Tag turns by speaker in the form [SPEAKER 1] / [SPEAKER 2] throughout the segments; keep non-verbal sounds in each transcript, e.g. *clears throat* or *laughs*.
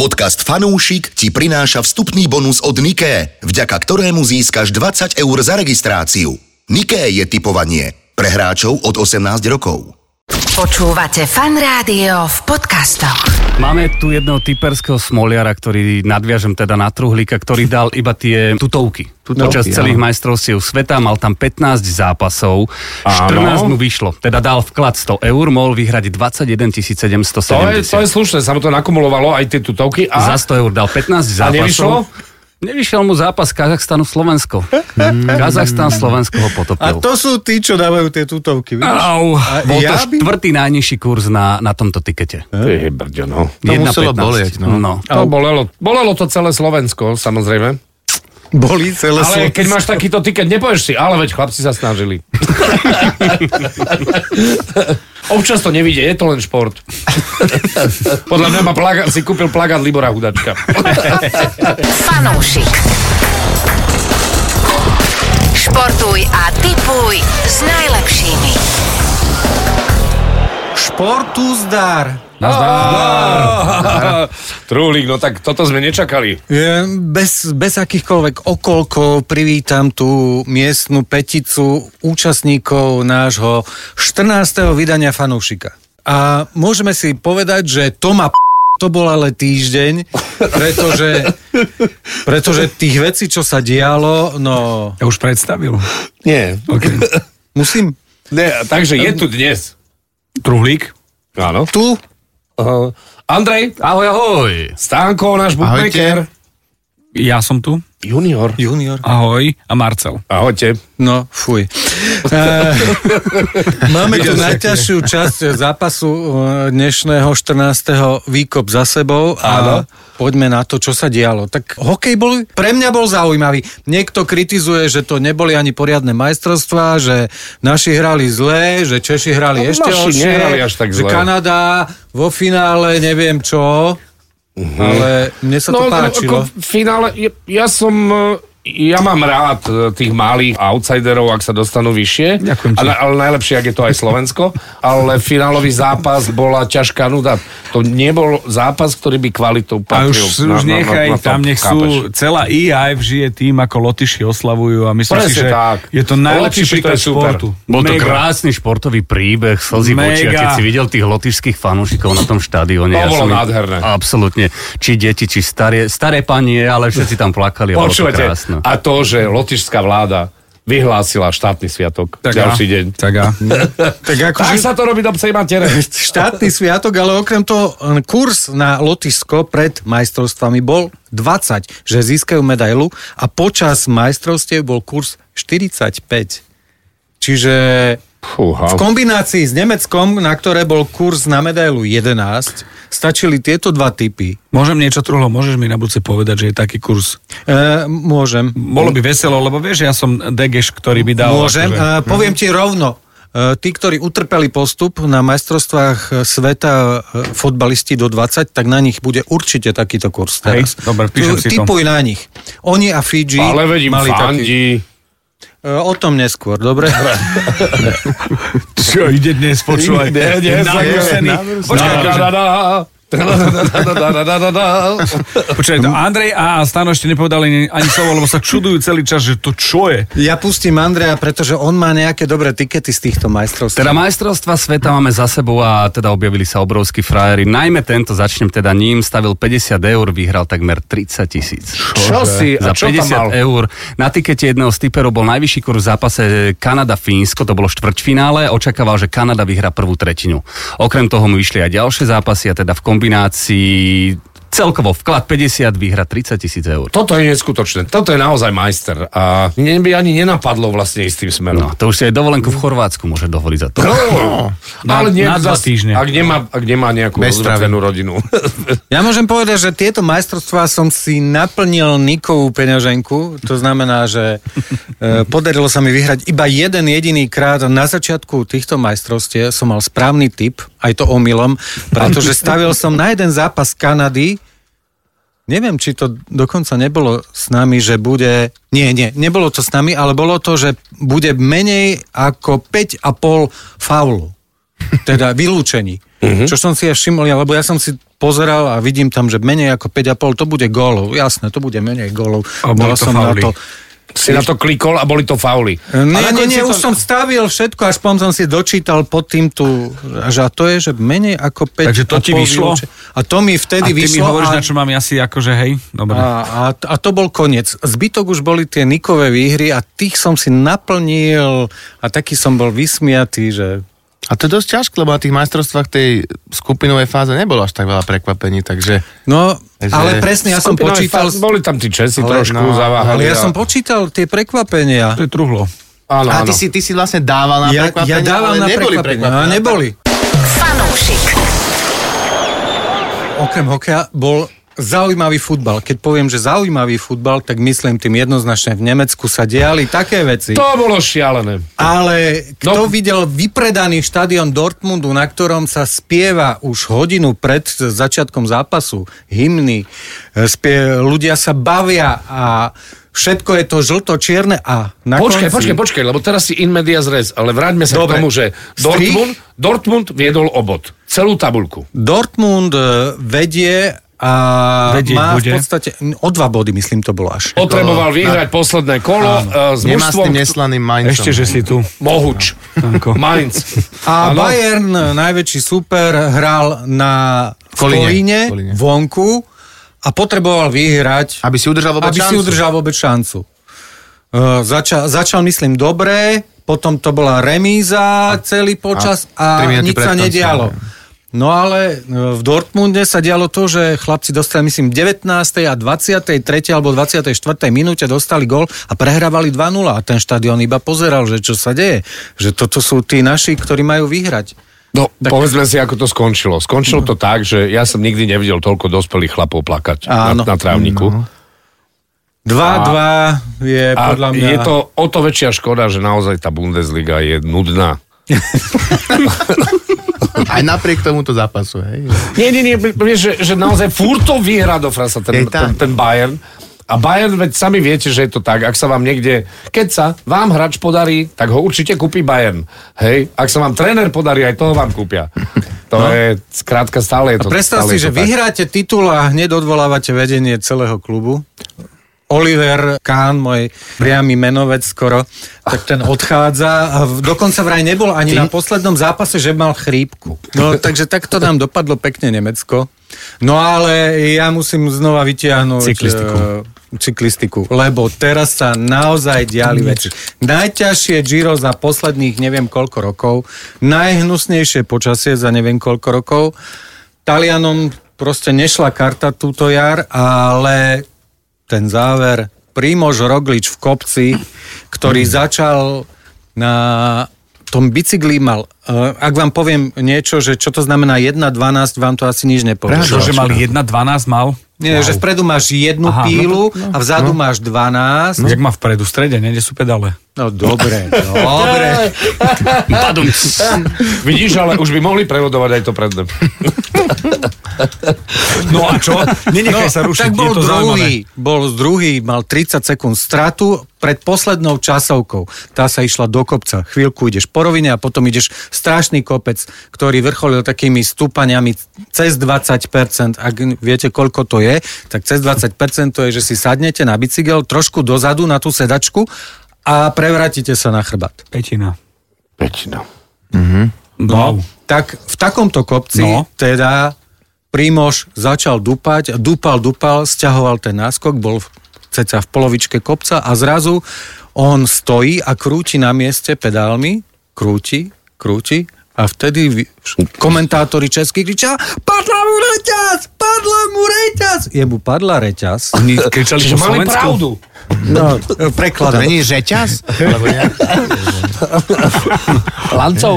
[SPEAKER 1] Podcast Fanúšik ti prináša vstupný bonus od Niké, vďaka ktorému získaš 20 eur za registráciu. Niké je typovanie pre hráčov od 18 rokov.
[SPEAKER 2] Počúvate fan rádio v podcastoch.
[SPEAKER 3] Máme tu jedného typerského smoliara, ktorý nadviažem teda na truhlíka, ktorý dal iba tie tutovky. tutovky Počas celých áno. majstrovstiev sveta mal tam 15 zápasov, 14 mu vyšlo. Teda dal vklad 100 eur, mohol vyhrať 21 770.
[SPEAKER 4] To je, to je slušné, sa mu to nakumulovalo aj tie tutovky.
[SPEAKER 3] Za
[SPEAKER 4] A,
[SPEAKER 3] 100 eur dal 15
[SPEAKER 4] a
[SPEAKER 3] zápasov.
[SPEAKER 4] nevyšlo?
[SPEAKER 3] Nevyšiel mu zápas Kazachstanu Slovensko.
[SPEAKER 4] Hmm.
[SPEAKER 3] Kazachstan Slovensko ho
[SPEAKER 5] A
[SPEAKER 3] potopil.
[SPEAKER 5] to sú tí, čo dávajú tie tutovky, vidíš?
[SPEAKER 3] Au, bol to
[SPEAKER 5] ja by-
[SPEAKER 3] štvrtý najnižší kurz na, na tomto tikete.
[SPEAKER 4] To je brďo, no.
[SPEAKER 5] To muselo
[SPEAKER 3] 1,15.
[SPEAKER 5] bolieť, no.
[SPEAKER 3] no.
[SPEAKER 4] To bolelo, bolelo to celé Slovensko, samozrejme.
[SPEAKER 5] Boli celé
[SPEAKER 4] Ale
[SPEAKER 5] Slovensko.
[SPEAKER 4] keď máš takýto tiket, nepovieš si, ale veď chlapci sa snažili. *laughs* Občas to nevidie, je to len šport. Podľa mňa ma plagát, si kúpil plagát Libora *laughs* Hudačka.
[SPEAKER 2] Fanúšik. Športuj a tipuj s najlepšími.
[SPEAKER 5] Športu zdar.
[SPEAKER 4] Trúlik, no tak toto sme nečakali.
[SPEAKER 5] Je, Bez, bez akýchkoľvek okolkov privítam tú miestnu peticu účastníkov nášho 14. vydania fanúšika. A môžeme si povedať, že to ma p- to bol ale týždeň, pretože, pretože tých vecí, čo sa dialo, no
[SPEAKER 6] Ja už predstavil.
[SPEAKER 4] Nie.
[SPEAKER 6] Okay.
[SPEAKER 5] musím
[SPEAKER 4] Ne, takže je tu dnes.
[SPEAKER 6] Truhlík.
[SPEAKER 4] Áno.
[SPEAKER 5] tu
[SPEAKER 4] Uh, Andrej,
[SPEAKER 3] Ahoj, ahoj.
[SPEAKER 4] Stánko, náš bookmaker.
[SPEAKER 6] Ja som tu.
[SPEAKER 4] Junior.
[SPEAKER 5] junior.
[SPEAKER 6] Ahoj. A Marcel.
[SPEAKER 4] Ahojte.
[SPEAKER 5] No,
[SPEAKER 4] *laughs*
[SPEAKER 5] fuj. Eh, Máme tu najťažšiu časť zápasu eh, dnešného 14. výkop za sebou a poďme na to, čo sa dialo. Tak hokej bol, pre mňa bol zaujímavý. Niekto kritizuje, že to neboli ani poriadne majstrovstvá, že naši hrali zle, že Češi hrali
[SPEAKER 4] No,
[SPEAKER 5] ešte
[SPEAKER 4] naši
[SPEAKER 5] horšie,
[SPEAKER 4] nehrali až tak
[SPEAKER 5] že
[SPEAKER 4] zle.
[SPEAKER 5] Kanada vo finále neviem čo, ale mne sa to páčilo.
[SPEAKER 4] Mhm. No, Ako v finále, ja, ja som... e, Ja mám rád e, tých malých outsiderov, ak sa dostanú vyššie.
[SPEAKER 6] Ďakujem ti.
[SPEAKER 4] Ale, ale najlepšie, ak je to aj
[SPEAKER 6] *laughs*
[SPEAKER 4] Slovensko. ale finálový zápas bola ťažká nuda. To nebol zápas, ktorý by kvalitou
[SPEAKER 6] A
[SPEAKER 4] patril.
[SPEAKER 6] už, už nechaj,
[SPEAKER 4] to,
[SPEAKER 6] tam nech sú,
[SPEAKER 4] chápeš?
[SPEAKER 6] celá IAF žije tým, ako Lotyši oslavujú a myslím si,
[SPEAKER 4] Presne
[SPEAKER 6] že
[SPEAKER 4] tak.
[SPEAKER 6] je to najlepší
[SPEAKER 4] Lotyši, to je
[SPEAKER 6] príklad
[SPEAKER 4] super.
[SPEAKER 6] športu.
[SPEAKER 3] Bol to
[SPEAKER 6] Mega.
[SPEAKER 3] krásny športový príbeh, slzy v
[SPEAKER 6] Mega.
[SPEAKER 3] očiach, keď si videl tých lotyšských fanúšikov na tom štadióne.
[SPEAKER 4] To bolo
[SPEAKER 3] som-
[SPEAKER 4] nádherné.
[SPEAKER 3] Absolútne. Či deti, či staré, staré panie, ale všetci tam plakali. a bolo to
[SPEAKER 4] Počúvate,
[SPEAKER 3] krásne.
[SPEAKER 4] a to, že lotišská vláda vyhlásila štátny sviatok
[SPEAKER 6] Tak a,
[SPEAKER 4] ďalší deň.
[SPEAKER 6] Tak a.
[SPEAKER 5] tak
[SPEAKER 4] Tak sa to robí do psej
[SPEAKER 6] *laughs*
[SPEAKER 4] matere.
[SPEAKER 5] štátny sviatok, ale okrem toho eh, kurz na Lotyšsko pred majstrovstvami bol 20, že získajú medailu a počas majstrovstiev bol kurz 45. Čiže v
[SPEAKER 4] Fúha.
[SPEAKER 5] kombinácii s Nemeckom, na ktoré bol kurz na medailu 11, stačili tieto dva typy.
[SPEAKER 6] Môžem niečo truhlo, môžeš mi na budúce povedať, že je taký kurz.
[SPEAKER 5] E, môžem.
[SPEAKER 6] Bolo by veselo, lebo vieš, ja som degeš, ktorý by dal...
[SPEAKER 5] Môžem, *laughs*
[SPEAKER 6] akože-
[SPEAKER 5] uh, poviem ti rovno. Eh, Tí, ktorí utrpeli postup na majstrovstvách eh, sveta eh, fotbalisti do 20, tak na nich bude určite takýto kurz teraz.
[SPEAKER 6] Hej, dobre,
[SPEAKER 5] Tu-
[SPEAKER 6] píšem si to.
[SPEAKER 5] Typuj na nich. Oni a Fidži
[SPEAKER 4] Ale vedím,
[SPEAKER 5] mali taký...
[SPEAKER 4] fandí.
[SPEAKER 5] Eh, O tom neskôr, dobre?
[SPEAKER 6] Čo ide dnes, počúvaj.
[SPEAKER 4] Nie, nie,
[SPEAKER 6] Je nabrúsený. Počkaj, akože- no, Počkaj, to Andrej a Stano ešte nepovedali ani, ani slovo, lebo sa čudujú celý čas, že to čo je.
[SPEAKER 5] *laughs* Ja pustím Andreja, pretože on má nejaké dobré tikety z týchto majstrovstiev.
[SPEAKER 3] Teda majstrovstva sveta máme za sebou a teda objavili sa obrovskí frajeri. Najmä tento, začnem teda ním, stavil 50 eur, vyhral takmer 30 tisíc.
[SPEAKER 4] Čo si? A
[SPEAKER 3] Za
[SPEAKER 4] čo tam mal?
[SPEAKER 3] 50 eur. Na tikete jedného z typerov bol najvyšší kurz v zápase Kanada-Fínsko, to bolo štvrťfinále, očakával, že Kanada vyhrá prvú tretinu. Okrem toho mu vyšli aj ďalšie zápasy a teda v kombinácii celkovo vklad 50 vyhra 30 tisíc eur.
[SPEAKER 4] Toto je neskutočné. Toto je naozaj majster. A mne by ani nenapadlo vlastne ísť tým
[SPEAKER 3] No,
[SPEAKER 4] smerom.
[SPEAKER 3] to už si aj dovolenku v Chorvátsku môže dovoliť za to.
[SPEAKER 4] No,
[SPEAKER 6] Na-
[SPEAKER 4] ale nie,
[SPEAKER 6] na dva
[SPEAKER 4] zas-
[SPEAKER 6] týždne.
[SPEAKER 4] Ak nemá, ak nemá nejakú rozvedenú rodinu. *laughs*
[SPEAKER 5] Ja môžem povedať, že tieto majstrovstvá som si naplnil Nikovú peňaženku. To znamená, že e, podarilo sa mi vyhrať iba jeden jediný krát. Na začiatku týchto majstrovstiev som mal správny typ, aj to omylom, pretože stavil som na jeden zápas Kanady. Neviem, či to dokonca nebolo s nami, že bude... Nie, nie, nebolo to s nami, ale bolo to, že
[SPEAKER 6] *laughs*
[SPEAKER 5] bude menej ako 5,5 faulu. Teda vylúčení.
[SPEAKER 6] Mhm.
[SPEAKER 5] Mm-hmm. Čo som si ja všimol, ja- lebo ja som si pozeral a vidím tam, že menej ako 5,5 to bude gólov. Jasné, to bude menej gólov.
[SPEAKER 6] A boli to
[SPEAKER 5] som na
[SPEAKER 6] fauly.
[SPEAKER 5] to. E,
[SPEAKER 4] Si na to klikol a boli to fauly.
[SPEAKER 5] Eh, Nie,
[SPEAKER 4] A nakoniec si
[SPEAKER 5] nie, nie,
[SPEAKER 4] to-
[SPEAKER 5] už som stavil všetko, až potom som si dočítal pod tým tu, že a to je, že menej ako 5.
[SPEAKER 6] Takže to ti vyšlo?
[SPEAKER 5] A to mi
[SPEAKER 6] A
[SPEAKER 5] vtedy
[SPEAKER 6] ty mi
[SPEAKER 5] vyšlo.
[SPEAKER 6] hovoríš,
[SPEAKER 5] a,
[SPEAKER 6] na čo mám ja si akože hej? Dobre.
[SPEAKER 5] a, a, a to bol koniec. Zbytok už boli tie nikové výhry a tých som si naplnil a taký som bol vysmiatý, že
[SPEAKER 7] A to je dosť ťažké, lebo na tých majstrovstvách tej skupinovej fáze nebolo až tak veľa prekvapení, takže...
[SPEAKER 5] No,
[SPEAKER 7] Takže-
[SPEAKER 5] ale presne, ja som
[SPEAKER 4] Skupinový
[SPEAKER 5] počítal...
[SPEAKER 4] fakt- Boli tam tí Česi
[SPEAKER 7] Ale-
[SPEAKER 4] trošku
[SPEAKER 7] no,
[SPEAKER 4] zaváhali.
[SPEAKER 5] Ale ja
[SPEAKER 4] a-
[SPEAKER 5] som počítal tie prekvapenia.
[SPEAKER 6] To je truhlo.
[SPEAKER 4] Áno,
[SPEAKER 7] A
[SPEAKER 4] áno.
[SPEAKER 7] ty si, ty si vlastne dával na
[SPEAKER 5] Ja,
[SPEAKER 7] prekvapenia,
[SPEAKER 5] ja dávam
[SPEAKER 7] ale
[SPEAKER 5] na
[SPEAKER 7] neboli
[SPEAKER 5] prekvapenia.
[SPEAKER 7] prekvapenia.
[SPEAKER 5] A neboli.
[SPEAKER 2] Fanúšik.
[SPEAKER 5] Okrem hokeja bol zaujímavý futbal. Keď poviem, že zaujímavý futbal, tak myslím tým jednoznačne v Nemecku sa diali také veci.
[SPEAKER 4] To bolo šialené.
[SPEAKER 5] Ale kto
[SPEAKER 4] No.
[SPEAKER 5] videl vypredaný štadión Dortmundu, na ktorom sa spieva už hodinu pred začiatkom zápasu hymny, e, spie, ľudia sa bavia a všetko je to žlto-čierne a na
[SPEAKER 4] Počkaj,
[SPEAKER 5] konci...
[SPEAKER 4] počkaj, počkaj, lebo teraz si in media zres, ale vráťme sa k
[SPEAKER 5] Dobre.
[SPEAKER 4] tomu, že
[SPEAKER 5] Strich?
[SPEAKER 4] Dortmund, Dortmund viedol obod. Celú tabulku.
[SPEAKER 5] Dortmund e, vedie a
[SPEAKER 6] Vedieť
[SPEAKER 5] má
[SPEAKER 6] bude.
[SPEAKER 5] v podstate o dva body, myslím, to bolo až.
[SPEAKER 4] Potreboval vyhrať posledné kolo eh, s
[SPEAKER 7] Nemá s
[SPEAKER 4] mužstvom
[SPEAKER 7] tým neslaným Mainzom.
[SPEAKER 6] Ešte, že si tu.
[SPEAKER 4] Mohuč.
[SPEAKER 6] Tanko.
[SPEAKER 4] Mainz.
[SPEAKER 5] A
[SPEAKER 4] Áno.
[SPEAKER 5] Bayern, e, najväčší super, hral na v
[SPEAKER 7] Kolíne.
[SPEAKER 5] Kolíne,
[SPEAKER 7] Kolíne.
[SPEAKER 5] vonku a potreboval vyhrať,
[SPEAKER 7] Aby si udržal vôbec
[SPEAKER 5] aby si
[SPEAKER 7] šancu.
[SPEAKER 5] udržal vôbec šancu. E, začal, začal, myslím, dobre, potom to bola remíza celý počas a,
[SPEAKER 7] a tri
[SPEAKER 5] nič sa
[SPEAKER 7] minúty pred koncom,
[SPEAKER 5] nedialo.
[SPEAKER 7] áno.
[SPEAKER 5] No ale e, v Dortmunde sa dialo to, že chlapci dostali, myslím, 19. a 23. alebo 24. minúte dostali gol a prehrávali 2-0 a ten štadión iba pozeral, že čo sa deje. Že toto sú tí naši, ktorí majú vyhrať.
[SPEAKER 4] No, tak... povedzme si, ako to skončilo. Skončilo to tak, že ja som nikdy nevidel toľko dospelých chlapov plakať na,
[SPEAKER 5] Áno.
[SPEAKER 4] na trávniku.
[SPEAKER 5] No, 2-2 je
[SPEAKER 4] A
[SPEAKER 5] podľa mňa...
[SPEAKER 4] je to o to väčšia škoda, že naozaj tá Bundesliga je nudná.
[SPEAKER 7] *laughs* Aj napriek tomuto zápasu, hej.
[SPEAKER 4] Nie, nie, nie, vieš, že, že naozaj furt to vyhrá do frasa ten,
[SPEAKER 7] Je
[SPEAKER 4] ten,
[SPEAKER 7] tak.
[SPEAKER 4] ten Bayern. A Bayern, veď sami viete, že je to tak, ak sa vám niekde, keď sa vám hráč podarí, tak ho určite kúpi Bayern. Hej, ak sa vám tréner podarí, aj toho vám kúpia. To no. je, skrátka, stále je to
[SPEAKER 5] Predstav
[SPEAKER 4] stále
[SPEAKER 5] si,
[SPEAKER 4] je to
[SPEAKER 5] že
[SPEAKER 4] tak.
[SPEAKER 5] vyhráte titul a hneď odvolávate vedenie celého klubu. Oliver Kahn, môj priamy menovec skoro, tak ten odchádza a v- dokonca vraj nebol ani na poslednom zápase, že mal chrípku. No takže takto nám dopadlo pekne Nemecko. No ale ja musím znova vytiahnuť
[SPEAKER 6] Cyklistiku.
[SPEAKER 5] e, cyklistiku, lebo teraz sa naozaj diali veci. Najťažšie Giro za posledných neviem koľko rokov, najhnusnejšie počasie za neviem koľko rokov. Talianom proste nešla karta túto jar, ale ten záver, Primož Roglič v kopci, ktorý začal na tom bicykli mal, e, ak vám poviem niečo, že čo to znamená 1.12, vám to asi nič nepovie.
[SPEAKER 6] Čo, že mal 1,12 mal?
[SPEAKER 5] Nie, že vpredu máš jednu Aha,
[SPEAKER 6] Aha, no to-
[SPEAKER 5] pílu no, no, a vzadu no. máš 12.
[SPEAKER 6] No. Jak má vpredu, v strede, nie, kde sú pedále.
[SPEAKER 5] No
[SPEAKER 6] *laughs*
[SPEAKER 5] dobre, dobre.
[SPEAKER 3] Padum.
[SPEAKER 4] Vidíš, ale už by mohli prevodovať aj to predné.
[SPEAKER 6] No a čo? *laughs* Nenechaj sa rušiť,
[SPEAKER 5] No, tak bol
[SPEAKER 6] je to zaujímavé.
[SPEAKER 5] druhý, bol druhý, mal 30 sekúnd stratu pred poslednou časovkou. Tá sa išla do kopca. Chvíľku ideš po rovine a potom ideš strašný kopec, ktorý vrcholil takými stúpaniami cez 20%. Ak viete, koľko to je, tak cez 20% to je, že si sadnete na bicykel trošku dozadu na tú sedačku a prevrátite sa na chrbát.
[SPEAKER 6] Petina.
[SPEAKER 4] Väčšina.
[SPEAKER 6] No.
[SPEAKER 5] Tak v takomto kopci
[SPEAKER 6] No.
[SPEAKER 5] no. teda Primož začal dupať, dupal, dupal, stiahoval ten náskok, bol v- ceca v polovičke kopca a zrazu on stojí a krúti na mieste pedálmi, krúti, krúti a vtedy vy- š- komentátori českí kričia Padla mu reťaz! Padla mu reťaz! Jemu padla reťaz.
[SPEAKER 6] Oni kričali
[SPEAKER 4] Čiže
[SPEAKER 6] po
[SPEAKER 4] mali
[SPEAKER 6] Slovensku.
[SPEAKER 4] pravdu.
[SPEAKER 5] No,
[SPEAKER 7] To
[SPEAKER 5] prekladám.
[SPEAKER 7] není řeťaz? Alebo nejak... *laughs*
[SPEAKER 4] Lancov.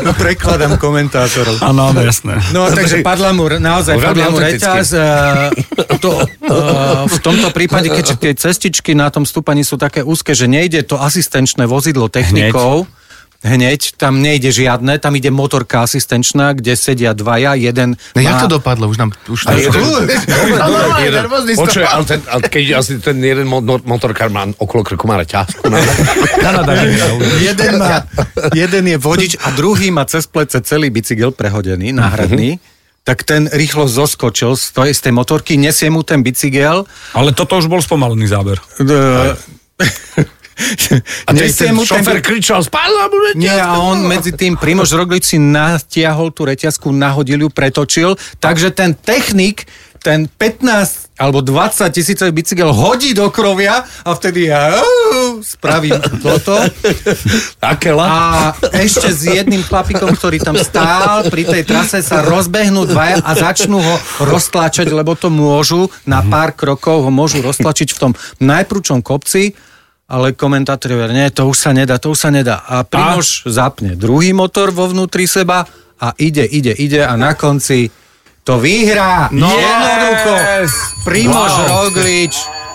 [SPEAKER 5] No, prekladám komentátorov.
[SPEAKER 6] Áno, áno, jasné.
[SPEAKER 5] No, takže padla mu, re- naozaj
[SPEAKER 4] Veľmi
[SPEAKER 5] padla mu
[SPEAKER 4] autenticky.
[SPEAKER 5] reťaz. eh, to, eh, v tomto prípade, keďže tie cestičky na tom stúpaní sú také úzke, že nejde to asistenčné vozidlo technikov, hneď, tam nejde žiadne, tam ide motorka asistenčná, kde sedia dvaja, jeden
[SPEAKER 7] No, jak to dopadlo? Už nám... Už to... Ale normálne, nervózny z toho.
[SPEAKER 4] Počuj, ale, ten, ale keď asi ten jeden mo- mo- motorkár má okolo krku, má ťažku. na-
[SPEAKER 5] jeden, má, jeden je vodič a druhý má cez plece celý bicykel prehodený, náhradný. Tak ten rýchlo zoskočil z tej, z tej motorky, nesie mu ten bicykel.
[SPEAKER 6] Ale toto už bol spomalený záber.
[SPEAKER 5] *laughs* d-
[SPEAKER 4] A ten, ten
[SPEAKER 5] nesie mu ten-
[SPEAKER 4] šofer kričal, spadla mu reťazka.
[SPEAKER 5] Nie, a on medzi tým Primož Roglič si natiahol tú reťazku, nahodil ju, pretočil, takže ten technik ten 15 alebo 20 tisícový bicykel hodí do krovia a vtedy ja "Au, spravím toto.
[SPEAKER 4] Aké la?
[SPEAKER 5] A ešte s jedným chlapikom, ktorý tam stál pri tej trase, sa rozbehnú dvaja a začnú ho roztlačať, lebo to môžu, na pár krokov ho môžu roztlačiť v tom najprúčom kopci, ale komentátor hovorí, nie, to už sa nedá, to už sa nedá. A Primož zapne druhý motor vo vnútri seba a ide, ide, ide a na konci to vyhrá. No, Jednoducho. Primož Roglič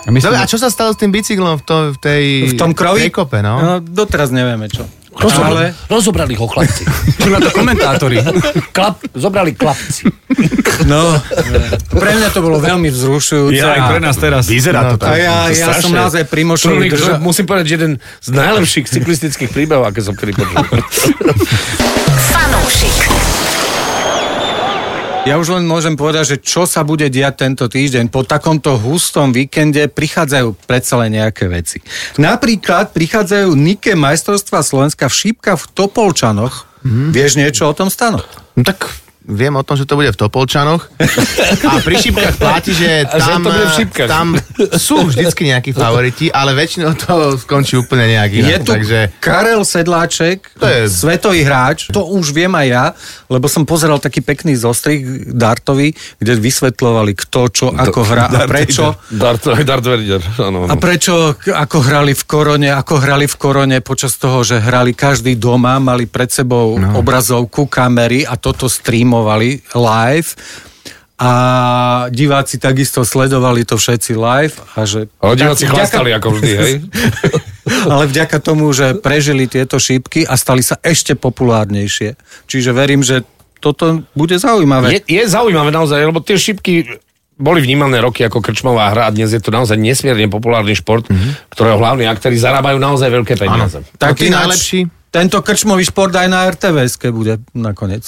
[SPEAKER 7] Dobre, a čo sa stalo s tým bicyklom v, to, v tej...
[SPEAKER 5] v tom krovi.
[SPEAKER 7] Prekope, no.
[SPEAKER 5] no doteraz nevieme čo.
[SPEAKER 4] Rozobrali, rozobrali ho chlapci.
[SPEAKER 3] Čo na to komentátori?
[SPEAKER 4] Klap, zobrali chlapci.
[SPEAKER 5] No, pre mňa to bolo veľmi vzrušujúce.
[SPEAKER 6] Ja aj
[SPEAKER 5] a-
[SPEAKER 6] pre nás teraz.
[SPEAKER 3] Vyzerá to
[SPEAKER 5] a
[SPEAKER 3] tak.
[SPEAKER 5] ja, ja som naozaj Primošovi držal.
[SPEAKER 4] Musím povedať, že jeden z najlepších cyklistických príbehov, aké som kedy počul.
[SPEAKER 2] Fanúšik.
[SPEAKER 5] Ja už len môžem povedať, že čo sa bude diať tento týždeň. Po takomto hustom víkende prichádzajú predsa len nejaké veci. Napríklad prichádzajú Nike majstrovstva Slovenska v šípkach v Topolčanoch.
[SPEAKER 7] Mhm.
[SPEAKER 5] Vieš niečo o tom stano?
[SPEAKER 7] No tak viem o tom, že to bude v Topolčanoch. A pri šipkách platí,
[SPEAKER 4] že
[SPEAKER 7] že tam,
[SPEAKER 4] to bude v šipkách.
[SPEAKER 7] tam sú vždycky nejakí favoriti, ale väčšinou to skončí úplne nejak
[SPEAKER 5] Je
[SPEAKER 7] inak.
[SPEAKER 5] tu
[SPEAKER 7] Takže
[SPEAKER 5] Karel Sedláček,
[SPEAKER 7] To je-
[SPEAKER 5] svetový hráč, to už viem aj ja, lebo som pozeral taký pekný zostrih dartový, kde vysvetľovali kto, čo, ako hrá a prečo.
[SPEAKER 4] Dart, Dart Verder, áno.
[SPEAKER 5] A prečo, k- ako hrali v korone, ako hrali v korone počas toho, že hrali každý doma, mali pred sebou no. obrazovku, kamery a toto streamovali live. A diváci takisto sledovali to všetci live a že...
[SPEAKER 4] Ale diváci chlastali ako vždy, hej?
[SPEAKER 5] *laughs* Ale vďaka tomu, že prežili tieto šípky a stali sa ešte populárnejšie. Čiže verím, že toto bude
[SPEAKER 4] Je,
[SPEAKER 5] zaujímavé.
[SPEAKER 4] je zaujímavé naozaj, lebo tie šipky boli vnímané roky ako krčmová hra a dnes je to naozaj nesmierne populárny šport, mm-hmm. ktorého hlavní aktéry zarábajú naozaj veľké peniaze.
[SPEAKER 7] No, tí najlepší.
[SPEAKER 5] Tento krčmový šport aj na RTVS bude nakoniec.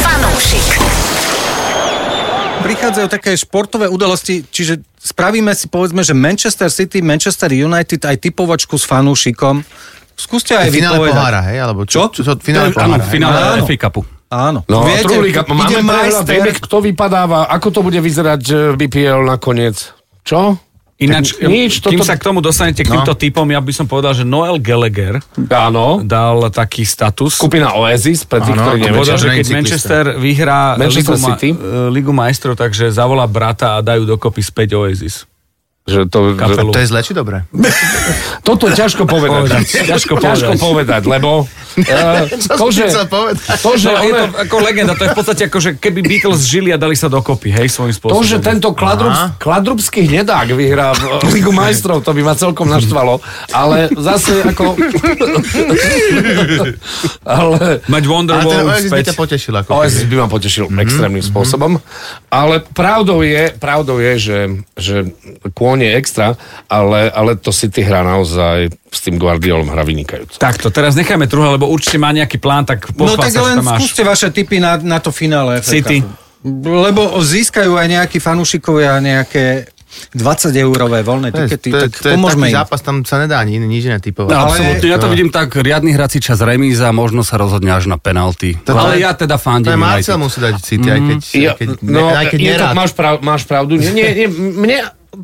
[SPEAKER 2] Fanúšik.
[SPEAKER 5] Prichádzajú také športové udalosti, čiže spravíme si povedzme, že Manchester City, Manchester United aj typovačku s fanúšikom. Skúste aj
[SPEAKER 7] finále
[SPEAKER 5] vypovedať.
[SPEAKER 7] pohára, hej? Alebo čo?
[SPEAKER 5] Čo?
[SPEAKER 7] Čo? čo finále
[SPEAKER 3] Áno,
[SPEAKER 7] pohára. hej?
[SPEAKER 3] finále
[SPEAKER 5] Áno.
[SPEAKER 3] FA Cupu.
[SPEAKER 5] Áno.
[SPEAKER 4] No,
[SPEAKER 5] Viete,
[SPEAKER 4] Trulíka,
[SPEAKER 5] ide
[SPEAKER 4] máme prehľad,
[SPEAKER 5] majster,
[SPEAKER 4] vieme, kto vypadáva, ako to bude vyzerať e, BPL nakoniec. Čo?
[SPEAKER 6] Ináč,
[SPEAKER 4] Tak nič, toto-
[SPEAKER 6] kým
[SPEAKER 4] No.
[SPEAKER 6] sa k tomu dostanete, k týmto typom, ja by som povedal, že Noel Gallagher
[SPEAKER 4] Áno.
[SPEAKER 6] dal taký status.
[SPEAKER 4] Skupina Oasis, pre tých,
[SPEAKER 7] Áno,
[SPEAKER 4] ktorí
[SPEAKER 7] to
[SPEAKER 4] nevedia.
[SPEAKER 6] Povedal, že
[SPEAKER 7] Červený
[SPEAKER 6] keď
[SPEAKER 7] cyklista.
[SPEAKER 6] Manchester vyhrá
[SPEAKER 4] Manchester
[SPEAKER 6] Ligu, ma-
[SPEAKER 4] City.
[SPEAKER 6] e, Ligu majstrov, takže zavolá brata a dajú dokopy späť Oasis.
[SPEAKER 4] Že to, že,
[SPEAKER 6] Kapelu.
[SPEAKER 7] To je zle či dobré?
[SPEAKER 4] toto je ťažko povedať. ťažko, ťažko povedať, *laughs* lebo...
[SPEAKER 7] *laughs*
[SPEAKER 4] Uh, to, že,
[SPEAKER 7] chcel povedať?
[SPEAKER 4] to, že
[SPEAKER 6] No, je
[SPEAKER 4] one,
[SPEAKER 6] to ako legenda, to je v podstate ako, že keby Beatles žili a dali sa dokopy, hej, svojím
[SPEAKER 4] To,
[SPEAKER 6] spôsobom.
[SPEAKER 4] že tento kladrub, kladrubský hnedák vyhrá v eh, Ligu majstrov, to by ma celkom naštvalo, ale zase ako... *laughs* ale
[SPEAKER 6] Mať
[SPEAKER 7] Ale ten
[SPEAKER 6] Wonderwall
[SPEAKER 7] Oasis by ťa
[SPEAKER 6] späť.
[SPEAKER 7] potešil. Ako
[SPEAKER 4] OSS by ma potešil extrémnym spôsobom, ale pravdou je, pravdou je že, že kôň je extra, ale, ale to City hrá naozaj s tým Guardiolom hra vynikajúco.
[SPEAKER 6] Takto, teraz nechajme druhé, lebo určite má nejaký plán, tak
[SPEAKER 5] No
[SPEAKER 6] pochvál
[SPEAKER 5] tak
[SPEAKER 6] sa, že
[SPEAKER 5] len
[SPEAKER 6] to máš.
[SPEAKER 5] skúste vaše tipy na, na to finále. FA
[SPEAKER 6] City.
[SPEAKER 5] Cupu. Lebo získajú aj nejakí fanúšikovia nejaké 20-eurové voľné
[SPEAKER 7] To je,
[SPEAKER 5] tikety,
[SPEAKER 7] to je,
[SPEAKER 5] tak
[SPEAKER 7] to je
[SPEAKER 5] pomôžme
[SPEAKER 7] taký
[SPEAKER 5] im.
[SPEAKER 7] zápas, tam sa nedá ani nič iné typovať.
[SPEAKER 3] No, absolútne, ja to vidím tak, riadny hrací čas remíza, možno sa rozhodne až na penalty.
[SPEAKER 7] To-
[SPEAKER 3] Ale
[SPEAKER 7] to-
[SPEAKER 3] ja teda
[SPEAKER 7] To
[SPEAKER 3] fandím
[SPEAKER 7] je Marcel
[SPEAKER 3] United.
[SPEAKER 7] musí dať City, aj keď, aj keď,
[SPEAKER 4] no,
[SPEAKER 7] aj keď
[SPEAKER 4] je to,
[SPEAKER 7] nerád.
[SPEAKER 4] máš, prav, máš pravdu. Nie, nie, nie, mne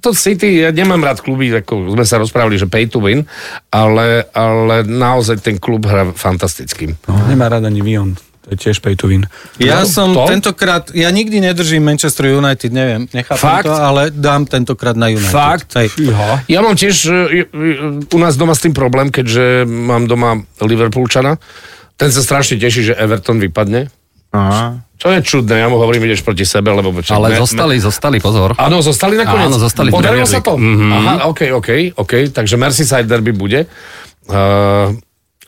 [SPEAKER 4] to City, ja nemám rád kluby, ako sme sa rozprávali, že pay to win, ale, ale naozaj ten klub hrá fantasticky.
[SPEAKER 6] No, Nemá rada ani Vion, to je tiež pay to win.
[SPEAKER 5] Ja
[SPEAKER 4] No,
[SPEAKER 5] som
[SPEAKER 4] to?
[SPEAKER 5] tentokrát, ja nikdy nedržím Manchester United, neviem, nechápem
[SPEAKER 6] Fakt?
[SPEAKER 5] to, ale dám tentokrát na United.
[SPEAKER 6] Fakt?
[SPEAKER 5] Hej.
[SPEAKER 6] Fíha.
[SPEAKER 4] Ja mám tiež e, e, u nás doma s tým problém, keďže mám doma Liverpoolčana. Ten sa strašne teší, že Everton vypadne.
[SPEAKER 7] Aha.
[SPEAKER 4] Čo je čudné, ja mu hovorím, ideš proti sebe, lebo... čo-
[SPEAKER 3] Ale
[SPEAKER 4] ne-
[SPEAKER 3] zostali, zostali, pozor.
[SPEAKER 4] Áno, zostali nakoniec.
[SPEAKER 3] Áno, zostali v
[SPEAKER 4] Podarilo
[SPEAKER 3] Premier
[SPEAKER 4] sa
[SPEAKER 3] League. Mhm.
[SPEAKER 4] to? Mm-hmm. Aha, OK, OK, OK. Takže Merseyside derby bude. Uh,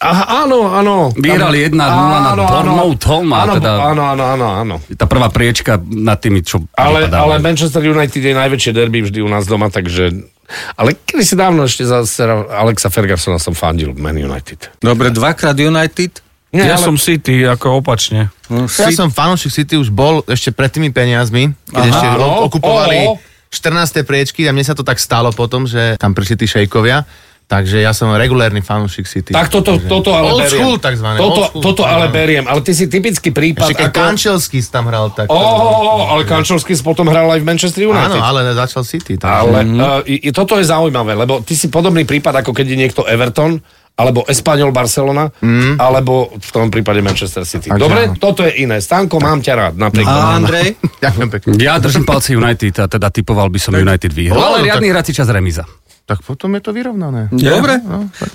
[SPEAKER 4] a Aha, áno, áno.
[SPEAKER 3] Vyhrali 1-0 nad
[SPEAKER 4] Áno, áno.
[SPEAKER 3] Bournemouthom a
[SPEAKER 4] áno,
[SPEAKER 3] teda-
[SPEAKER 4] Áno, áno, áno, áno.
[SPEAKER 3] Tá prvá priečka nad tými, čo
[SPEAKER 4] Ale,
[SPEAKER 3] vypadávajú.
[SPEAKER 4] ale Manchester United je najväčšie derby vždy u nás doma, takže... Ale kedy si dávno ešte za Sera Alexa Fergusona som fandil Man United.
[SPEAKER 5] Dobre, dvakrát United.
[SPEAKER 4] Nie,
[SPEAKER 6] Ja som City, ako opačne.
[SPEAKER 7] Ja som fanúšik City už bol ešte pred tými peniazmi, keď Aha, ešte
[SPEAKER 4] áno,
[SPEAKER 7] o- okupovali
[SPEAKER 4] o.
[SPEAKER 7] 14. priečky a mne sa to tak stalo potom, že tam prišli tí šejkovia, takže ja som regulérny fanúšik City.
[SPEAKER 4] Tak toto,
[SPEAKER 7] Takže-
[SPEAKER 4] toto ale
[SPEAKER 7] Old
[SPEAKER 4] beriem.
[SPEAKER 7] school takzvané.
[SPEAKER 4] Toto,
[SPEAKER 7] old school,
[SPEAKER 4] toto ale
[SPEAKER 7] áno.
[SPEAKER 4] beriem, ale ty si typický prípad
[SPEAKER 7] Ešte keď
[SPEAKER 4] ako...
[SPEAKER 7] Kančelský tam hral, tak...
[SPEAKER 4] Ó, ó, ó, ale Kančovský potom hral aj v Manchester United.
[SPEAKER 7] Áno, ale začal City. Takže.
[SPEAKER 4] Ale mm-hmm. uh, toto je zaujímavé, lebo ty si podobný prípad, ako keď je niekto Everton, alebo Espanyol Barcelona, mm. alebo v tom prípade Manchester City.
[SPEAKER 7] Takže
[SPEAKER 4] Dobre,
[SPEAKER 7] áno.
[SPEAKER 4] toto je iné. Stanko, mám ťa rád,
[SPEAKER 5] A
[SPEAKER 4] napríklad.
[SPEAKER 5] Andrej?
[SPEAKER 7] Ďakujem pekne.
[SPEAKER 3] Ja držím palce United a teda typoval by som United výhru.
[SPEAKER 7] Áno,
[SPEAKER 3] Ale
[SPEAKER 7] tak-
[SPEAKER 3] riadny hrací čas remiza.
[SPEAKER 7] Tak potom je to vyrovnané.
[SPEAKER 5] Dobre.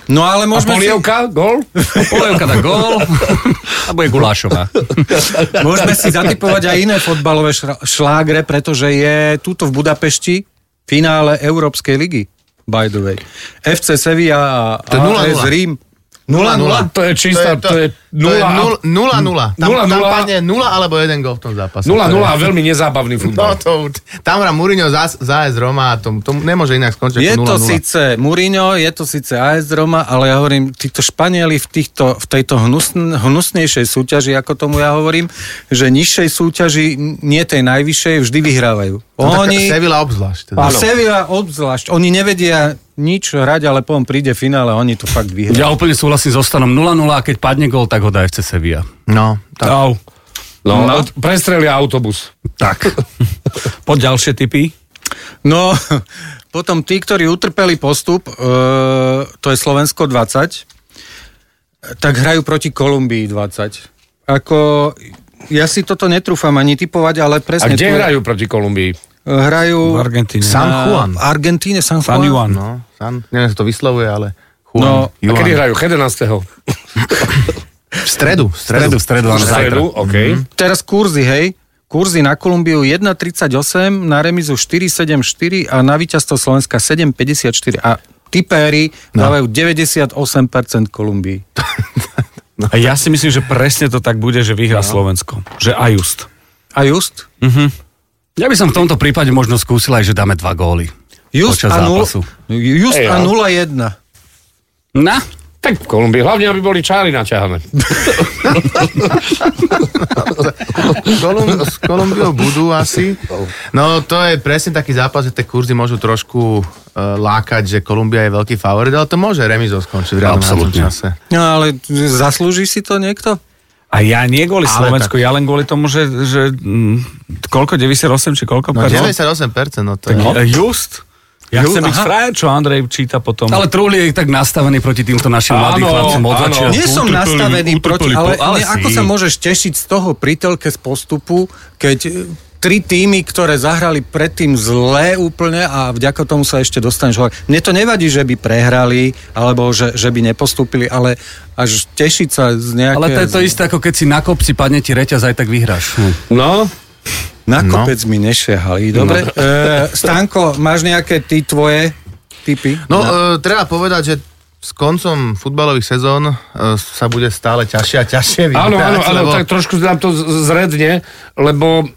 [SPEAKER 5] No ale
[SPEAKER 4] A
[SPEAKER 5] môžeme si,
[SPEAKER 4] polievka, gol?
[SPEAKER 3] Polievka dá *laughs* gól a bude Gulášová.
[SPEAKER 5] môžeme si zatipovať aj iné fotbalové šra- šlágre, pretože je túto v Budapešti finále Európskej ligy. By the way. FC Sevilla a
[SPEAKER 7] To je 0:0.
[SPEAKER 5] AS Rím.
[SPEAKER 4] 0-0. To je čistá, to je
[SPEAKER 7] to je
[SPEAKER 4] 0
[SPEAKER 7] nul- 0-0. Tam,
[SPEAKER 4] 0-0.
[SPEAKER 7] tam padne 0 alebo 1 gol v tom zápase.
[SPEAKER 4] 0-0 a
[SPEAKER 7] To je-
[SPEAKER 4] veľmi nezábavný
[SPEAKER 7] No,
[SPEAKER 4] futbal.
[SPEAKER 7] to, urč- tam hrá Mourinho za, za AS Roma a to, to nemôže inak
[SPEAKER 5] Je
[SPEAKER 7] skončiť ako
[SPEAKER 5] to
[SPEAKER 7] 0-0.
[SPEAKER 5] síce Mourinho, je to síce AS Roma, ale ja hovorím, títo Španieli v, týchto, v tejto hnusn, hnusnejšej súťaži, ako tomu ja hovorím, že nižšej súťaži, n- nie tej najvyššej, vždy vyhrávajú.
[SPEAKER 7] No, tak
[SPEAKER 5] Oni,
[SPEAKER 7] Sevilla obzvlášť. Teda.
[SPEAKER 5] a Sevilla obzvlášť, oni nevedia nič hrať, ale potom príde finále, oni to fakt vyhrajú.
[SPEAKER 3] Ja úplne súhlasím so stanom 0-0 a keď padne gól, tak ho dá FC Sevilla.
[SPEAKER 7] No, tak.
[SPEAKER 6] Au.
[SPEAKER 4] No, no. Prestrelia autobus.
[SPEAKER 3] Tak.
[SPEAKER 6] Poď ďalšie typy.
[SPEAKER 5] No, *laughs* potom tí, ktorí utrpeli postup, e, to je Slovensko 20, tak hrajú proti Kolumbii 20. Ako, ja si toto netrúfam ani typovať, ale
[SPEAKER 4] A kde
[SPEAKER 5] presne... tu je-
[SPEAKER 4] hrajú proti Kolumbii?
[SPEAKER 5] E, Hrajú...
[SPEAKER 6] V Argentíne.
[SPEAKER 7] San Juan.
[SPEAKER 5] V Argentíne, San Juan.
[SPEAKER 6] San Juan.
[SPEAKER 7] No, San, neviem, ako to vyslovuje, ale Juan.
[SPEAKER 5] No,
[SPEAKER 4] A kedy
[SPEAKER 7] Juan.
[SPEAKER 4] hrajú? 11.
[SPEAKER 7] V stredu. V stredu.
[SPEAKER 3] Stredu, stredu,
[SPEAKER 4] V
[SPEAKER 3] áno, zajtra.
[SPEAKER 4] stredu, OK.
[SPEAKER 5] Teraz kurzy, hej. Kurzy na Kolumbiu 1,38, na remizu 4,74 a na víťazstvo Slovenska 7,54. A tipéri no. dávajú 98% Kolumbii.
[SPEAKER 6] A ja si myslím, že presne to tak bude, že vyhrá Slovensko. Že a just.
[SPEAKER 5] A just?
[SPEAKER 3] Ja by som v tomto prípade možno skúsil aj, že dáme dva góly.
[SPEAKER 5] Just
[SPEAKER 3] Počas
[SPEAKER 5] a, nul,
[SPEAKER 3] zápasu.
[SPEAKER 5] just
[SPEAKER 4] Ej,
[SPEAKER 5] a
[SPEAKER 4] no.
[SPEAKER 5] 0,1.
[SPEAKER 3] Na,
[SPEAKER 4] Tak v Kolumbii, hlavne aby boli čári naťahané.
[SPEAKER 7] Kolum- S Kolumbiou budú asi. No to je presne taký zápas, že tie kurzy môžu trošku e, lákať, že Kolumbia je veľký favorit, ale to môže remizou skončiť v reálnom
[SPEAKER 3] Absolútne.
[SPEAKER 7] čase.
[SPEAKER 5] No ale zaslúži si to niekto?
[SPEAKER 6] A ja nie kvôli
[SPEAKER 7] Ale
[SPEAKER 6] Slovensku, ja len kvôli tomu, že, že mm, koľko, 98 či koľko?
[SPEAKER 7] No
[SPEAKER 6] percent?
[SPEAKER 7] 98%, no to je.
[SPEAKER 6] E, Just. Ja
[SPEAKER 5] Just,
[SPEAKER 6] chcem byť
[SPEAKER 5] aha.
[SPEAKER 6] frajer, čo Andrej číta potom.
[SPEAKER 3] ale Trulli je tak nastavený proti týmto našim
[SPEAKER 4] Áno,
[SPEAKER 3] mladým chlapcom od
[SPEAKER 4] áno.
[SPEAKER 3] začiatku.
[SPEAKER 5] Nie som
[SPEAKER 3] Utrpeli-
[SPEAKER 5] nastavený
[SPEAKER 3] utrpeli-
[SPEAKER 5] proti, ale,
[SPEAKER 3] ale
[SPEAKER 5] ale ako
[SPEAKER 3] si.
[SPEAKER 5] sa môžeš tešiť z toho pritelke z postupu, keď e, tri týmy, ktoré zahrali predtým zlé úplne a vďaka tomu sa ešte dostaneš hore. Mne to nevadí, že by prehrali, alebo že, že by nepostúpili, ale až tešiť sa z nejaké...
[SPEAKER 3] Ale to je to isté, ako keď si na kopci padne ti reťaz, aj tak vyhráš. Hm.
[SPEAKER 4] No,
[SPEAKER 5] Na kopec mi nešiahali. Dobre. No. E, Stanko, máš nejaké ty tvoje typy?
[SPEAKER 7] No, e, treba povedať, že s koncom futbalových sezón e, sa bude stále ťažšie a ťažšie vyhrať.
[SPEAKER 4] áno, áno, ale
[SPEAKER 7] lebo-
[SPEAKER 4] tak trošku nám to z- zredne, lebo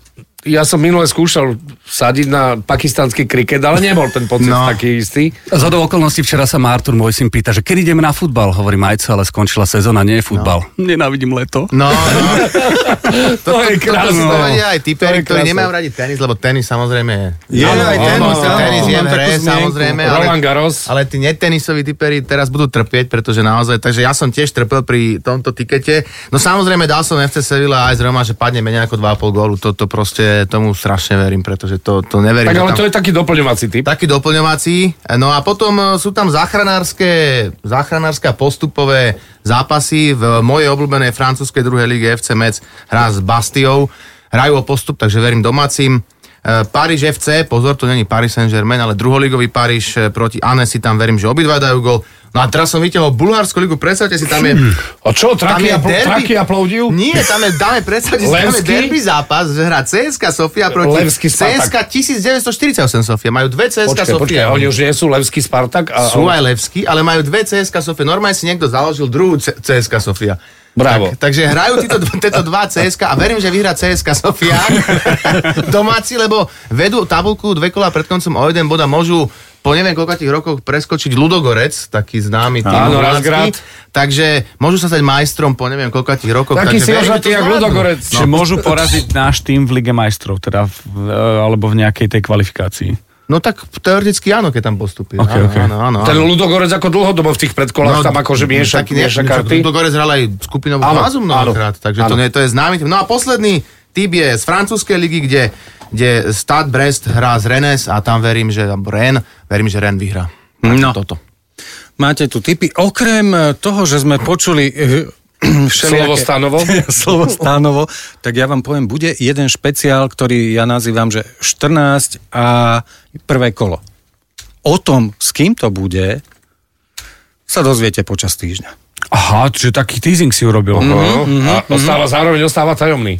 [SPEAKER 4] ja som minule skúšal sadiť na pakistanský kriket, ale nebol ten pocit no.
[SPEAKER 7] No.
[SPEAKER 4] taký istý.
[SPEAKER 3] Za do okolností včera sa ma Artur, môj syn, pýta, že kedy ideme na futbal? Hovorím, Majco, ale skončila sezóna, nie je futbal. No. Nenávidím leto.
[SPEAKER 7] No, no.
[SPEAKER 4] To je
[SPEAKER 7] To
[SPEAKER 4] krásne.
[SPEAKER 7] vedia aj
[SPEAKER 4] To
[SPEAKER 7] typeri,
[SPEAKER 4] je
[SPEAKER 7] ktorí
[SPEAKER 4] krásne.
[SPEAKER 7] nemajú radi tenis, lebo tenis samozrejme je...
[SPEAKER 5] Je aj tenis, áno,
[SPEAKER 7] tenis je
[SPEAKER 5] mám
[SPEAKER 7] v hre,
[SPEAKER 5] takú zmienku.
[SPEAKER 7] samozrejme, ale,
[SPEAKER 4] Roland Garros.
[SPEAKER 7] ale tí netenisoví typeri teraz budú trpieť, pretože naozaj, takže ja som tiež trpel pri tomto tikete. No samozrejme, dal som FC Sevilla aj z Roma, že padne menej ako 2,5 gólu, toto proste, tomu strašne verím, pretože to, to neverím.
[SPEAKER 4] Tak
[SPEAKER 7] že
[SPEAKER 4] ale
[SPEAKER 7] tam-
[SPEAKER 4] to je taký doplňovací typ.
[SPEAKER 7] Taký doplňovací. No a potom e, sú tam záchranárske, záchranárske a postupové zápasy. V mojej obľúbenej francúzskej druhej lige FC Metz hrá s Bastiou. Hrajú o postup, takže verím domácim. E, Paríž FC, pozor, to není Paris Saint-Germain, ale druholigový Paríž e, proti Annecy, tam verím, že obidva dajú gol. No a teraz som vytiahol Bulharskú ligu, predstavte si, tam je...
[SPEAKER 4] A čo, traky, a, pl- traky aplaudiu?
[SPEAKER 7] Nie, tam je, dáme predstavte si, tam je
[SPEAKER 4] Levský?
[SPEAKER 7] derby zápas, že hrá CSKA Sofia proti
[SPEAKER 4] Levský Spartak.
[SPEAKER 7] CSKA 1948 Sofia. Majú dve CSKA
[SPEAKER 4] Počkaj, počkaj,
[SPEAKER 7] Sofia.
[SPEAKER 4] oni už nie sú Levský Spartak. A,
[SPEAKER 7] Sú aj Levský, ale majú dve CSK Sofia. Normálne si niekto založil druhú C- CSK Sofia.
[SPEAKER 4] Bravo.
[SPEAKER 7] Tak, takže hrajú títo, dv- tieto dva CSK a verím, že vyhrá CSK
[SPEAKER 4] *laughs*
[SPEAKER 7] Sofia domáci, lebo vedú tabulku dve kola pred koncom o jeden bod a môžu po neviem koľkatých rokoch preskočiť Ludogorec, taký známy tým
[SPEAKER 4] Áno,
[SPEAKER 7] holandský.
[SPEAKER 4] Razgrad.
[SPEAKER 7] Takže môžu sa stať majstrom po neviem koľkatých rokoch.
[SPEAKER 4] Taký
[SPEAKER 7] takže
[SPEAKER 4] si
[SPEAKER 7] verím, že to
[SPEAKER 4] ožatý, jak
[SPEAKER 7] zvládnu. No.
[SPEAKER 4] Ludogorec.
[SPEAKER 6] Čiže môžu poraziť náš tým v Lige majstrov, teda v, alebo v nejakej tej kvalifikácii.
[SPEAKER 7] No tak teoreticky áno, keď tam postupí.
[SPEAKER 6] Ok,
[SPEAKER 7] áno,
[SPEAKER 6] ok.
[SPEAKER 7] áno, áno,
[SPEAKER 4] Ten
[SPEAKER 7] áno.
[SPEAKER 4] Ludogorec ako dlhodobo v tých predkolách tam akože mieša,
[SPEAKER 7] No, taký ne-
[SPEAKER 4] mieša
[SPEAKER 7] však
[SPEAKER 4] karty.
[SPEAKER 7] Ludogorec hral no, aj skupinovú
[SPEAKER 4] Áno,
[SPEAKER 7] fázu mnohokrát,
[SPEAKER 4] áno,
[SPEAKER 7] takže to,
[SPEAKER 4] áno.
[SPEAKER 7] nie, to je známy tým. No a posledný typ je z francúzskej ligy, kde, kde Stade Brest hrá z Rennes a tam verím, že alebo Rennes, verím, že Rennes vyhrá.
[SPEAKER 5] No.
[SPEAKER 7] Toto.
[SPEAKER 5] Máte tu tipy. Okrem eh, toho, že sme počuli eh, *clears throat*
[SPEAKER 4] Slovo
[SPEAKER 5] všelijaké...
[SPEAKER 4] stanovo.
[SPEAKER 5] *laughs* slovo stánovo, tak ja vám poviem, bude jeden špeciál, ktorý ja nazývam, že 14 a prvé kolo. O tom, s kým to bude, sa dozviete počas týždňa.
[SPEAKER 6] Aha, čiže taký teasing si urobil.
[SPEAKER 4] No, a ostáva, zároveň ostáva tajomný.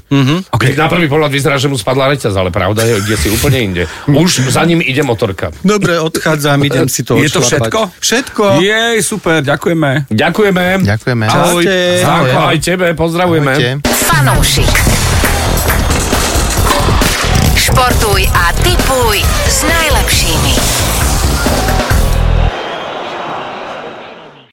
[SPEAKER 4] Okay. Na prvý pohľad vyzerá, že mu spadla reťaz, ale pravda je, ide si úplne inde. Už za ním ide motorka.
[SPEAKER 5] Dobre, odchádzam, idem si to
[SPEAKER 6] Je to
[SPEAKER 5] odšlapať.
[SPEAKER 6] všetko?
[SPEAKER 5] Všetko.
[SPEAKER 6] Jej, super, ďakujeme.
[SPEAKER 4] Ďakujeme.
[SPEAKER 7] Ďakujeme.
[SPEAKER 5] Ahoj.
[SPEAKER 4] Ahoj, aj tebe, pozdravujeme.
[SPEAKER 7] Ahojte.
[SPEAKER 2] Fanúšik. Športuj a tipuj s nami.